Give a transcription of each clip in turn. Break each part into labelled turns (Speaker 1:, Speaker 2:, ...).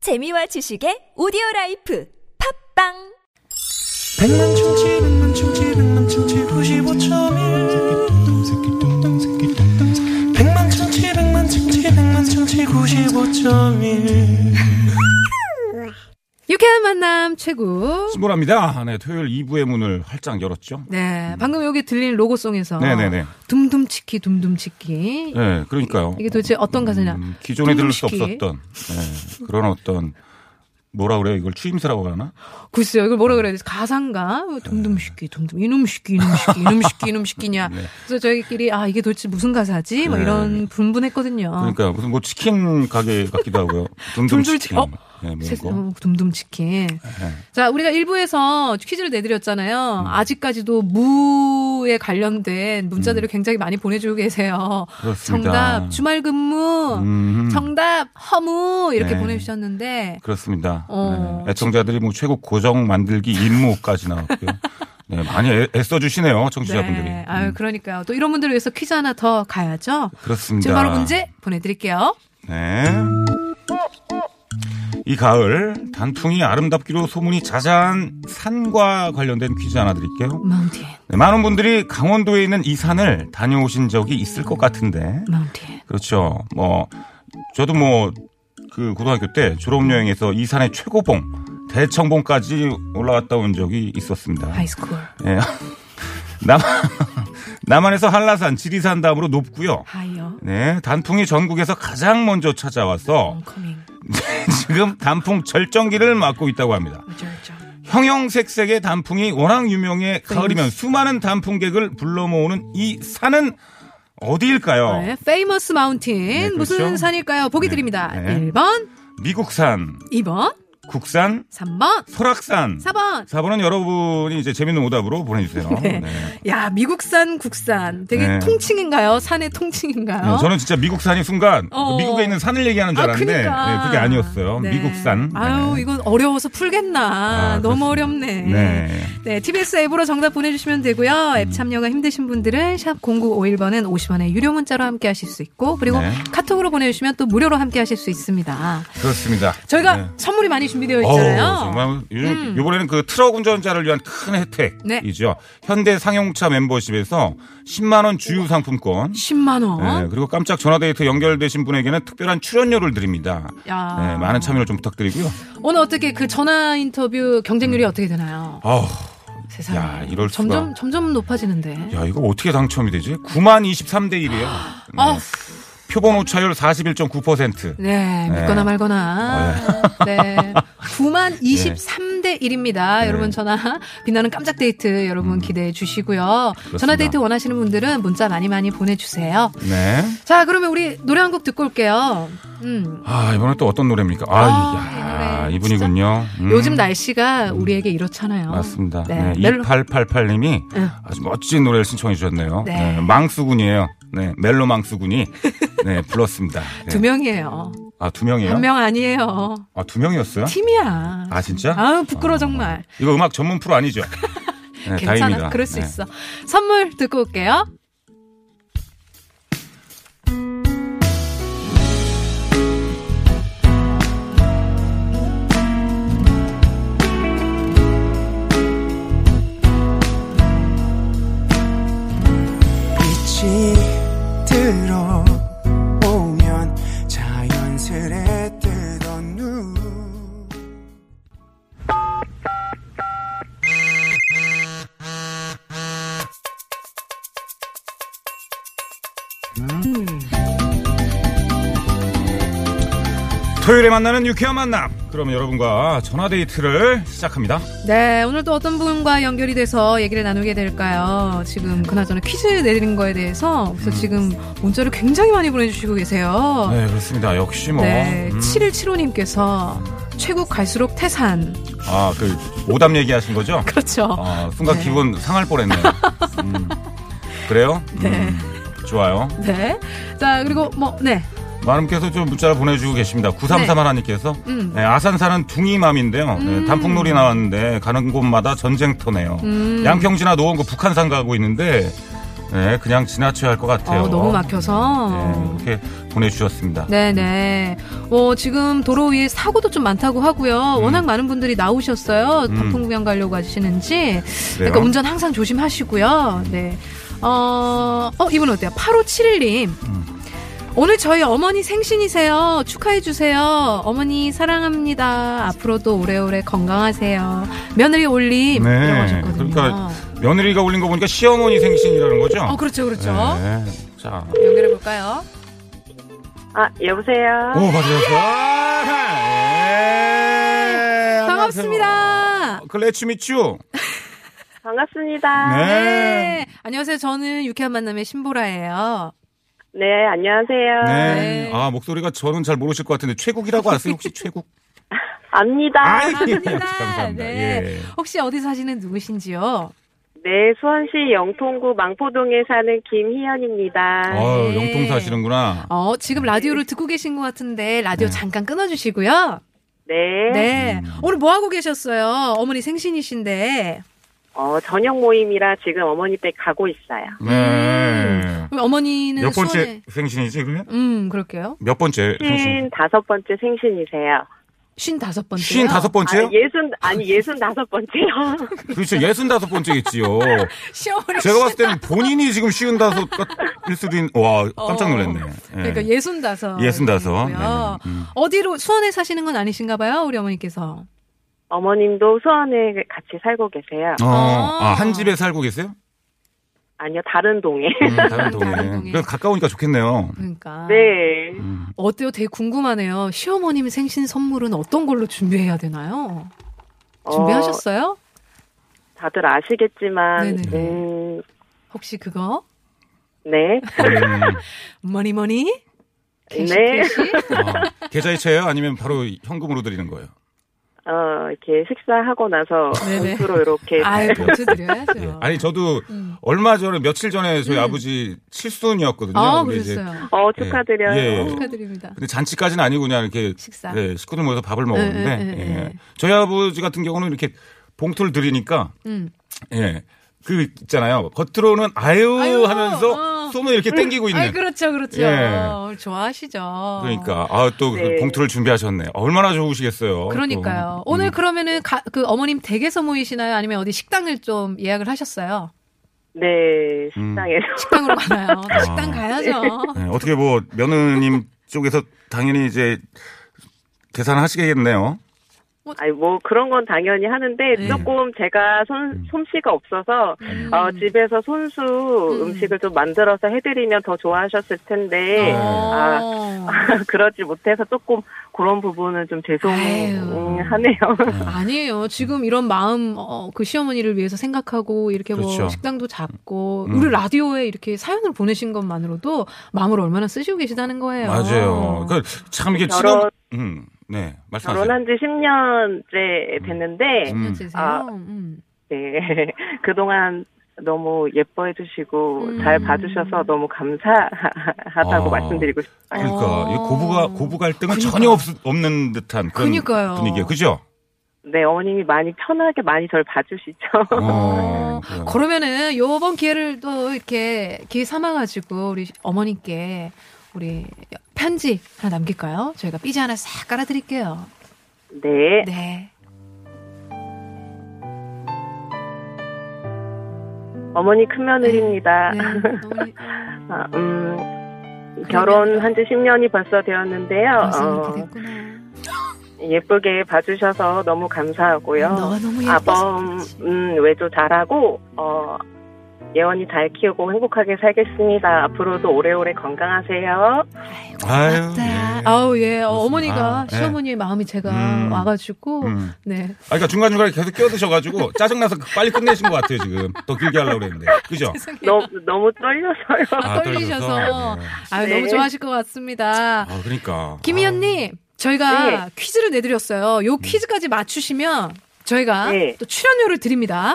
Speaker 1: 재미와 지식의 오디오 라이프 팝빵
Speaker 2: 백만 충치 백만 충치 백만 충치 구십오점일 백만 충치 백만 충치 백만 충치 구십오점일
Speaker 3: 유쾌한 만남 최고.
Speaker 4: 스모라입니다. 네, 토요일 2부의 문을 활짝 열었죠.
Speaker 3: 네, 방금 여기 들린 로고송에서
Speaker 4: 네네네.
Speaker 3: 둠둠치키 둠둠치키.
Speaker 4: 네, 그러니까요.
Speaker 3: 이게 도대체 어떤 가사냐?
Speaker 4: 음, 기존에 들을 수
Speaker 3: 둥둥치기.
Speaker 4: 없었던 네, 그런 어떤 뭐라 그래요? 이걸 추임새라고 하나?
Speaker 3: 글쎄요, 이걸 뭐라 그래야 되지? 가상가? 둠둠시키 둠둠 이놈시키 이놈시키 이놈시키 이놈시키냐. 그래서 저희끼리 아 이게 도대체 무슨 가사지? 뭐
Speaker 4: 네.
Speaker 3: 이런 분분했거든요.
Speaker 4: 그러니까 무슨 뭐 치킨 가게 같기도 하고요. 둥둥
Speaker 3: 둥둥
Speaker 4: 치킨.
Speaker 3: 어?
Speaker 4: 네, 뭐
Speaker 3: 세상-
Speaker 4: 이거. 네.
Speaker 3: 어, 둠둠치킨. 자, 우리가 1부에서 퀴즈를 내드렸잖아요.
Speaker 4: 음.
Speaker 3: 아직까지도 무에 관련된 문자들을 굉장히 많이 보내주고 계세요.
Speaker 4: 음. 그렇습니다.
Speaker 3: 정답, 주말 근무,
Speaker 4: 음.
Speaker 3: 정답, 허무, 이렇게
Speaker 4: 네.
Speaker 3: 보내주셨는데.
Speaker 4: 그렇습니다.
Speaker 3: 어.
Speaker 4: 네, 애청자들이 뭐 최고 고정 만들기 임무까지 나왔고요. 네, 많이 애, 애써 주시네요, 청취자분들이.
Speaker 3: 네. 아유,
Speaker 4: 음,
Speaker 3: 그러니까요. 또 이런 분들을 위해서 퀴즈 하나 더 가야죠.
Speaker 4: 그렇습니다.
Speaker 3: 지금 바로 문제 보내드릴게요.
Speaker 4: 네. 이 가을 단풍이 아름답기로 소문이 자자한 산과 관련된 퀴즈 하나 드릴게요.
Speaker 3: 마운틴,
Speaker 4: 네, 많은 분들이 강원도에 있는 이 산을 다녀오신 적이 있을 것 같은데
Speaker 3: 마운틴.
Speaker 4: 그렇죠. 뭐 저도 뭐 그 고등학교 때 졸업 여행에서 이 산의 최고봉 대청봉까지 올라갔다 온 적이 있었습니다.
Speaker 3: 하이스쿨,
Speaker 4: 예. 남한 남한에서 한라산, 지리산 다음으로 높고요.
Speaker 3: 하이어,
Speaker 4: 네, 단풍이 전국에서 가장 먼저 찾아와서
Speaker 3: 엉커밍,
Speaker 4: 지금 단풍 절정기를 맞고 있다고 합니다.
Speaker 3: 우절정.
Speaker 4: 형형색색의 단풍이 워낙 유명해
Speaker 3: 네.
Speaker 4: 가을이면 수많은 단풍객을 불러 모으는 이 산은 어디일까요?
Speaker 3: 네, 페이머스 마운틴.
Speaker 4: 그렇죠.
Speaker 3: 무슨 산일까요? 보기 드립니다.
Speaker 4: 네.
Speaker 3: 1번,
Speaker 4: 미국산,
Speaker 3: 2번,
Speaker 4: 국산,
Speaker 3: 3번,
Speaker 4: 소락산.
Speaker 3: 4번.
Speaker 4: 4번은 여러분이 이제 재밌는 오답으로 보내주세요.
Speaker 3: 네.
Speaker 4: 네.
Speaker 3: 야, 미국산, 국산. 되게
Speaker 4: 네.
Speaker 3: 통칭인가요? 산의 통칭인가요?
Speaker 4: 네, 저는 진짜 미국산이 순간
Speaker 3: 어.
Speaker 4: 미국에 있는 산을 얘기하는 줄
Speaker 3: 아,
Speaker 4: 알았는데
Speaker 3: 그니까.
Speaker 4: 네, 그게 아니었어요.
Speaker 3: 네.
Speaker 4: 미국산. 네.
Speaker 3: 아유, 이건 어려워서 풀겠나.
Speaker 4: 아,
Speaker 3: 너무
Speaker 4: 그렇습니다.
Speaker 3: 어렵네.
Speaker 4: 네. 음.
Speaker 3: 네, TBS 앱으로 정답 보내주시면 되고요. 앱 참여가 힘드신 분들은 샵 0951번은 50원의 유료 문자로 함께 하실 수 있고, 그리고
Speaker 4: 네.
Speaker 3: 카톡으로 보내주시면 또 무료로 함께 하실 수 있습니다.
Speaker 4: 그렇습니다.
Speaker 3: 저희가
Speaker 4: 네.
Speaker 3: 선물이 많이 준비되어
Speaker 4: 어우,
Speaker 3: 있잖아요. 음.
Speaker 4: 정말 요즘 이번에는 그 트럭 운전자를 위한 큰
Speaker 3: 네.
Speaker 4: 혜택이죠. 현대 상용차 멤버십에서 10만 원 주유 상품권.
Speaker 3: 10만원.
Speaker 4: 네, 그리고 깜짝 전화데이트 연결되신 분에게는 특별한 출연료를 드립니다.
Speaker 3: 야.
Speaker 4: 네, 많은 참여를 좀 부탁드리고요.
Speaker 3: 오늘 어떻게 그 전화 인터뷰
Speaker 4: 음.
Speaker 3: 경쟁률이 어떻게 되나요?
Speaker 4: 아우,
Speaker 3: 세상에.
Speaker 4: 야, 이럴 수가.
Speaker 3: 점점 점점 높아지는데.
Speaker 4: 야 이거 어떻게 당첨이 되지? 9만 23대 1이에요.
Speaker 3: 아,
Speaker 4: 표본 오차율 41.9%.
Speaker 3: 네,
Speaker 4: 네. 어, 예.
Speaker 3: 믿거나 말거나. 네. 9만 23대 1입니다.
Speaker 4: 네.
Speaker 3: 여러분 전화 빛나는 깜짝 데이트
Speaker 4: 음.
Speaker 3: 여러분 기대해 주시고요. 전화 데이트 원하시는 분들은 문자 많이 많이 보내 주세요.
Speaker 4: 네.
Speaker 3: 자, 그러면 우리 노래 한 곡 듣고 올게요. 음.
Speaker 4: 아 이번에 또 어떤 노래입니까?
Speaker 3: 아,
Speaker 4: 아,
Speaker 3: 이 노래
Speaker 4: 이 분이군요. 음,
Speaker 3: 요즘 날씨가 우리에게 이렇잖아요.
Speaker 4: 맞습니다.
Speaker 3: 네.
Speaker 4: 네,
Speaker 3: 멜로-
Speaker 4: 2888님이
Speaker 3: 응.
Speaker 4: 아주 멋진 노래를 신청해 주셨네요.
Speaker 3: 네.
Speaker 4: 네, 망수군이에요. 네, 멜로 망수군이 네, 불렀습니다. 네.
Speaker 3: 두 명이에요.
Speaker 4: 아, 두 명이에요?
Speaker 3: 한 명 아니에요.
Speaker 4: 아, 두 명이었어요?
Speaker 3: 팀이야. 어?
Speaker 4: 아, 진짜?
Speaker 3: 아우, 부끄러워, 정말.
Speaker 4: 이거 음악 전문 프로 아니죠? 네,
Speaker 3: 괜찮아.
Speaker 4: 다행입니다.
Speaker 3: 그럴 수
Speaker 4: 네.
Speaker 3: 있어. 선물 듣고 올게요.
Speaker 2: 빛이 들어오면 자연스레 뜨던 눈
Speaker 4: 토요일에 만나는 유쾌한 만남. 그럼 여러분과 전화 데이트를 시작합니다.
Speaker 3: 네, 오늘 또 어떤 분과 연결이 돼서 얘기를 나누게 될까요? 지금 그나저나 퀴즈 내드린 거에 대해서 그래서 지금 문자를 굉장히 많이 보내주시고 계세요.
Speaker 4: 음. 네, 그렇습니다. 역시 뭐.
Speaker 3: 어. 네,
Speaker 4: 음.
Speaker 3: 7175님께서 최국 갈수록 태산.
Speaker 4: 아, 그 오답 얘기하신 거죠?
Speaker 3: 그렇죠.
Speaker 4: 아, 순간
Speaker 3: 네.
Speaker 4: 기분 상할 뻔했네요. 음. 그래요?
Speaker 3: 네.
Speaker 4: 음, 좋아요.
Speaker 3: 네. 자, 그리고 뭐, 네.
Speaker 4: 많은 분께서 좀 문자를 보내주고 계십니다. 933 하나님께서
Speaker 3: 음.
Speaker 4: 네, 아산 사는 둥이맘인데요. 네, 단풍놀이
Speaker 3: 음.
Speaker 4: 나왔는데 가는 곳마다 전쟁터네요. 양평지나 노원구 북한산 가고 있는데 네, 그냥 지나쳐야 할 것 같아요.
Speaker 3: 어, 너무 막혀서.
Speaker 4: 네, 이렇게 보내주셨습니다.
Speaker 3: 네네. 어, 지금 도로 위에 사고도 좀 많다고 하고요.
Speaker 4: 음.
Speaker 3: 워낙 많은 분들이 나오셨어요. 단풍 구경 가려고 하시는지. 그러니까 운전 항상 조심하시고요. 네. 어, 어, 이분 어때요? 8571님.
Speaker 4: 음.
Speaker 3: 오늘 저희 어머니 생신이세요. 축하해주세요. 어머니 사랑합니다. 앞으로도 오래오래 건강하세요. 며느리 올림.
Speaker 4: 네.
Speaker 3: 이라고 하셨거든요.
Speaker 4: 그러니까 며느리가 올린 거 보니까 시어머니 생신이라는 거죠?
Speaker 3: 어, 그렇죠, 그렇죠.
Speaker 4: 네. 자,
Speaker 3: 연결해볼까요?
Speaker 5: 아, 여보세요?
Speaker 4: 오, 맞으셨어. 예.
Speaker 3: 반갑습니다.
Speaker 4: 글래츠미츄.
Speaker 5: 반갑습니다.
Speaker 4: 네.
Speaker 3: 아, 네. 안녕하세요. 저는 유쾌한 만남의 신보라예요.
Speaker 5: 네, 안녕하세요.
Speaker 4: 네.
Speaker 3: 네.
Speaker 4: 아, 목소리가 저는 잘 모르실 것 같은데, 최국이라고 아세요? 혹시 최국?
Speaker 5: 압니다.
Speaker 4: 아이, 예,
Speaker 3: 반갑습니다.
Speaker 4: 감사합니다.
Speaker 3: 네.
Speaker 4: 예.
Speaker 3: 혹시 어디 사시는 누구신지요?
Speaker 5: 네, 수원시 영통구 망포동에 사는 김희연입니다.
Speaker 4: 어
Speaker 3: 네.
Speaker 4: 영통 사시는구나.
Speaker 3: 어, 지금 라디오를 듣고 계신 것 같은데
Speaker 4: 네.
Speaker 3: 라디오 잠깐 끊어주시고요.
Speaker 5: 네.
Speaker 3: 네.
Speaker 4: 음.
Speaker 3: 오늘 뭐 하고 계셨어요? 어머니 생신이신데
Speaker 5: 어, 저녁 모임이라 지금 어머니 댁 가고 있어요.
Speaker 3: 음.
Speaker 4: 네.
Speaker 3: 그럼 어머니는
Speaker 4: 몇 번째
Speaker 3: 수원에 네.
Speaker 4: 생신이지, 그러면?
Speaker 3: 음 그럴게요.
Speaker 4: 몇 번째 생신?
Speaker 5: 쉰 다섯 번째 생신이세요.
Speaker 3: 쉰 다섯 번째.
Speaker 4: 쉰 다섯 번째요?
Speaker 5: 아니, 예순, 아니, 예순 다섯 번째요.
Speaker 4: 그렇죠. 예순 다섯 번째겠지요.
Speaker 3: 시어머니.
Speaker 4: 제가 봤을 때는 본인이 지금 쉬운 다섯일 수도 있, 와, 깜짝 놀랐네. 예.
Speaker 3: 그러니까 예순 다섯.
Speaker 4: 예순 다섯.
Speaker 3: 되고요.
Speaker 4: 네, 네. 음.
Speaker 3: 어디로 수원에 사시는 건 아니신가 봐요, 우리 어머니께서.
Speaker 5: 어머님도 수원에 같이 살고 계세요.
Speaker 4: 어,
Speaker 3: 아.
Speaker 4: 아, 한 집에 살고 계세요?
Speaker 5: 아니요, 다른 동에.
Speaker 4: 음, 다른
Speaker 3: 다른 동네.
Speaker 4: 동네. 그래서 가까우니까 좋겠네요.
Speaker 3: 그러니까.
Speaker 5: 네.
Speaker 4: 음.
Speaker 3: 어때요? 되게 궁금하네요. 시어머님 생신 선물은 어떤 걸로 준비해야 되나요?
Speaker 5: 어,
Speaker 3: 준비하셨어요?
Speaker 5: 다들 아시겠지만,
Speaker 3: 네네.
Speaker 5: 음,
Speaker 3: 혹시 그거?
Speaker 5: 네.
Speaker 4: 음.
Speaker 3: 머니 머니? 캐시
Speaker 5: 네.
Speaker 3: 캐시?
Speaker 4: 아, 계좌이체예요? 아니면 바로 현금으로 드리는 거예요?
Speaker 5: 어, 이렇게 식사하고 나서
Speaker 3: 네네.
Speaker 5: 옷으로 이렇게
Speaker 3: 아유, 도트 드려야죠.
Speaker 4: 예. 아니 저도
Speaker 3: 네. 음.
Speaker 4: 얼마 전에 며칠 전에 저희 아버지 칠순이었거든요.
Speaker 3: 아,
Speaker 4: 근데 이제-
Speaker 3: 그랬어요.
Speaker 5: 어, 축하드려요.
Speaker 4: 예, 예.
Speaker 3: 축하드립니다.
Speaker 4: 근데 잔치까지는 아니고 그냥 이렇게
Speaker 3: 식사.
Speaker 4: 예, 식구들 모여서 밥을 먹었는데
Speaker 3: 네, 네, 네,
Speaker 4: 예.
Speaker 3: 네.
Speaker 4: 저희 아버지 같은 경우는 이렇게 봉투를 드리니까
Speaker 3: 음.
Speaker 4: 예. 그 있잖아요. 겉으로는 아유,
Speaker 3: 아유,
Speaker 4: 하면서
Speaker 3: 어.
Speaker 4: 손을 이렇게 땡기고 있는
Speaker 3: 아, 그렇죠, 그렇죠.
Speaker 4: 예.
Speaker 3: 어, 좋아하시죠.
Speaker 4: 그러니까 아 또
Speaker 5: 네.
Speaker 4: 봉투를 준비하셨네. 얼마나 좋으시겠어요.
Speaker 3: 그러니까요.
Speaker 4: 또.
Speaker 3: 오늘
Speaker 4: 음.
Speaker 3: 그러면은 가- 그 어머님 댁에서 모이시나요? 아니면 어디 식당을 좀 예약을 하셨어요?
Speaker 5: 네,
Speaker 4: 음.
Speaker 5: 식당에서.
Speaker 3: 식당으로 가나요?
Speaker 4: 아.
Speaker 3: 식당 가야죠.
Speaker 4: 네, 어떻게 뭐 며느님 쪽에서 당연히 이제 계산하시겠네요.
Speaker 5: 아니, 뭐, 그런 건 당연히 하는데,
Speaker 3: 네.
Speaker 5: 조금 제가
Speaker 4: 음.
Speaker 5: 손, 솜씨가 없어서,
Speaker 4: 아,
Speaker 5: 어,
Speaker 4: 네.
Speaker 5: 집에서 손수
Speaker 3: 음.
Speaker 5: 음. 식을좀 만들어서 해드리면 더 좋아하셨을 텐데,
Speaker 4: 네.
Speaker 5: 아,
Speaker 3: 어.
Speaker 5: 그러지 못해서 조금 그런 부분은 좀 죄송하네요.
Speaker 4: 그 음.
Speaker 3: 아니에요. 지금 이런 마음 어, 그 시어머니를 위해서 생각하고 이렇게 뭐
Speaker 4: 그렇죠.
Speaker 3: 식당도 잡고
Speaker 4: 음.
Speaker 3: 우리 라디오에 이렇게 사연을 보내신 것만으로도 마음을 얼마나 쓰시고 계시다는 거예요. 어.
Speaker 4: 맞아요. 그러니까 참 이게
Speaker 5: 결혼-
Speaker 4: 친한 음, 네. 말씀하세요.
Speaker 5: 결혼한 지 10년째 됐는데,
Speaker 4: 음.
Speaker 3: 음.
Speaker 5: 아.
Speaker 3: 음.
Speaker 5: 네. 그동안 너무 예뻐해 주시고
Speaker 3: 음.
Speaker 5: 잘 봐주셔서 너무 감사하다고
Speaker 4: 아.
Speaker 5: 말씀드리고 싶어요.
Speaker 4: 그러니까 이 고부가 고부 갈등은
Speaker 3: 아. 그러니까.
Speaker 4: 전혀 없, 없는 듯한 그런
Speaker 3: 그러니까요.
Speaker 4: 분위기예요. 그죠?
Speaker 5: 네, 어머님이 많이 편하게 많이 절 봐주시죠.
Speaker 4: 어,
Speaker 3: 어,
Speaker 4: 그래요.
Speaker 3: 그러면은 요번 기회를 또 이렇게 기회 삼아가지고 우리 어머님께 우리 편지 하나 남길까요? 저희가 삐지 하나 싹 깔아드릴게요.
Speaker 5: 네.
Speaker 3: 네.
Speaker 5: 어머니 큰 며느리입니다.
Speaker 3: 네, 어머니, 아,
Speaker 5: 아, 음, 결혼한 지 10년이 벌써 되었는데요.
Speaker 3: 벌써
Speaker 5: 어,
Speaker 3: 이렇게 됐구나.
Speaker 5: 예쁘게 봐주셔서 너무 감사하고요.
Speaker 3: 음, 너가 너무 예뻐서
Speaker 5: 아범
Speaker 3: 그렇지.
Speaker 5: 음, 외도 잘하고 어, 예원이 잘 키우고 행복하게 살겠습니다. 앞으로도 오래오래 건강하세요.
Speaker 4: 아유,
Speaker 3: 고맙다.
Speaker 4: 예.
Speaker 3: 아우 예. 어, 어머니가
Speaker 4: 아, 예.
Speaker 3: 시어머니의 마음이 제가
Speaker 4: 음.
Speaker 3: 와가지고
Speaker 4: 음.
Speaker 3: 네.
Speaker 4: 아, 그러니까 중간중간에 계속 끼어드셔가지고 짜증나서 빨리 끝내신 것 같아요, 지금. 더 길게 하려고 그랬는데. 그죠?
Speaker 5: 너무 너무 떨려서요.
Speaker 3: 아, 떨리셔서.
Speaker 4: 떨려서. 네.
Speaker 3: 아유
Speaker 5: 네.
Speaker 3: 너무 좋아하실 것 같습니다.
Speaker 4: 아, 그러니까.
Speaker 3: 김희연님 저희가
Speaker 5: 네.
Speaker 3: 퀴즈를 내드렸어요.
Speaker 4: 음.
Speaker 3: 요 퀴즈까지 맞추시면 저희가
Speaker 5: 네.
Speaker 3: 또 출연료를 드립니다.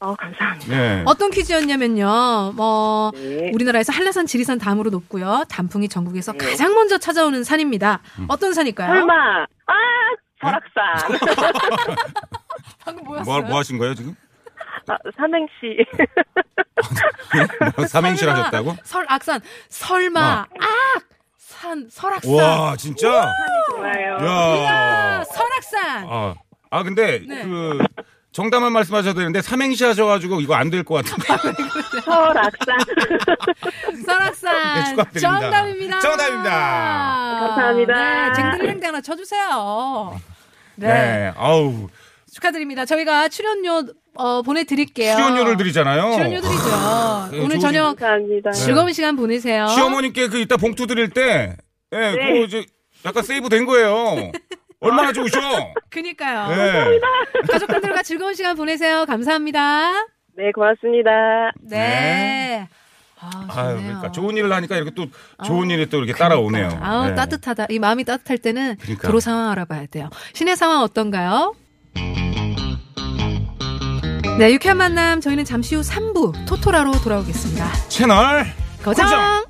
Speaker 5: 어, 감사합니다.
Speaker 4: 아, 네.
Speaker 3: 어떤 퀴즈였냐면요. 뭐
Speaker 5: 네.
Speaker 3: 우리나라에서 한라산 지리산 다음으로 높고요. 단풍이 전국에서 가장 먼저 찾아오는 산입니다.
Speaker 4: 음.
Speaker 3: 어떤 산일까요?
Speaker 5: 설마 아 설악산
Speaker 3: 방금 뭐였어요?
Speaker 5: 어,
Speaker 4: 뭐, 뭐 하신 거예요, 지금?
Speaker 5: 아, 삼행시
Speaker 4: 뭐 삼행시를
Speaker 3: 설마,
Speaker 4: 하셨다고?
Speaker 3: 설악산 설마 악산 설악산
Speaker 4: 와, 진짜?
Speaker 5: 좋아요.
Speaker 4: 야.
Speaker 3: 아, 설악산
Speaker 4: 아, 아 근데
Speaker 3: 네.
Speaker 4: 그 정답만 말씀하셔도 되는데 삼행시 하셔가지고 이거 안 될 것 같은데.
Speaker 5: 설악산.
Speaker 4: 네,
Speaker 3: 설악산
Speaker 4: 축하드립니다.
Speaker 3: 정답입니다.
Speaker 4: 정답입니다.
Speaker 5: 감사합니다.
Speaker 3: 네, 쟁글랭대 하나 쳐주세요. 네.
Speaker 4: 아우
Speaker 3: 축하드립니다. 저희가 출연료 어, 보내드릴게요.
Speaker 4: 출연료를 드리잖아요.
Speaker 3: 어. 출연료 드리죠.
Speaker 4: 네,
Speaker 3: 오늘
Speaker 4: 좋으신-
Speaker 3: 저녁
Speaker 5: 감사합니다.
Speaker 3: 즐거운 시간 보내세요.
Speaker 4: 시어머님께 그 이따 봉투 드릴 때, 예,
Speaker 3: 네.
Speaker 4: 그거 이제 약간 세이브 된 거예요. 얼마나 좋으셔?
Speaker 3: 그니까요.
Speaker 4: 네.
Speaker 3: 가족분들과 즐거운 시간 보내세요. 감사합니다.
Speaker 5: 네, 고맙습니다.
Speaker 3: 네.
Speaker 4: 네.
Speaker 3: 아, 좋네요.
Speaker 4: 아유,
Speaker 3: 아, 그러니까.
Speaker 4: 그러니까 좋은 일을 하니까 이렇게 또 좋은 일이 또 이렇게 따라오네요.
Speaker 3: 아우
Speaker 4: 네.
Speaker 3: 따뜻하다. 이 마음이 따뜻할 때는
Speaker 4: 그러니까.
Speaker 3: 도로 상황 알아봐야 돼요. 시내 상황 어떤가요? 네, 유쾌한 만남 저희는 잠시 후 3부 토토라로 돌아오겠습니다.
Speaker 4: 채널
Speaker 3: 거장!
Speaker 4: 고정!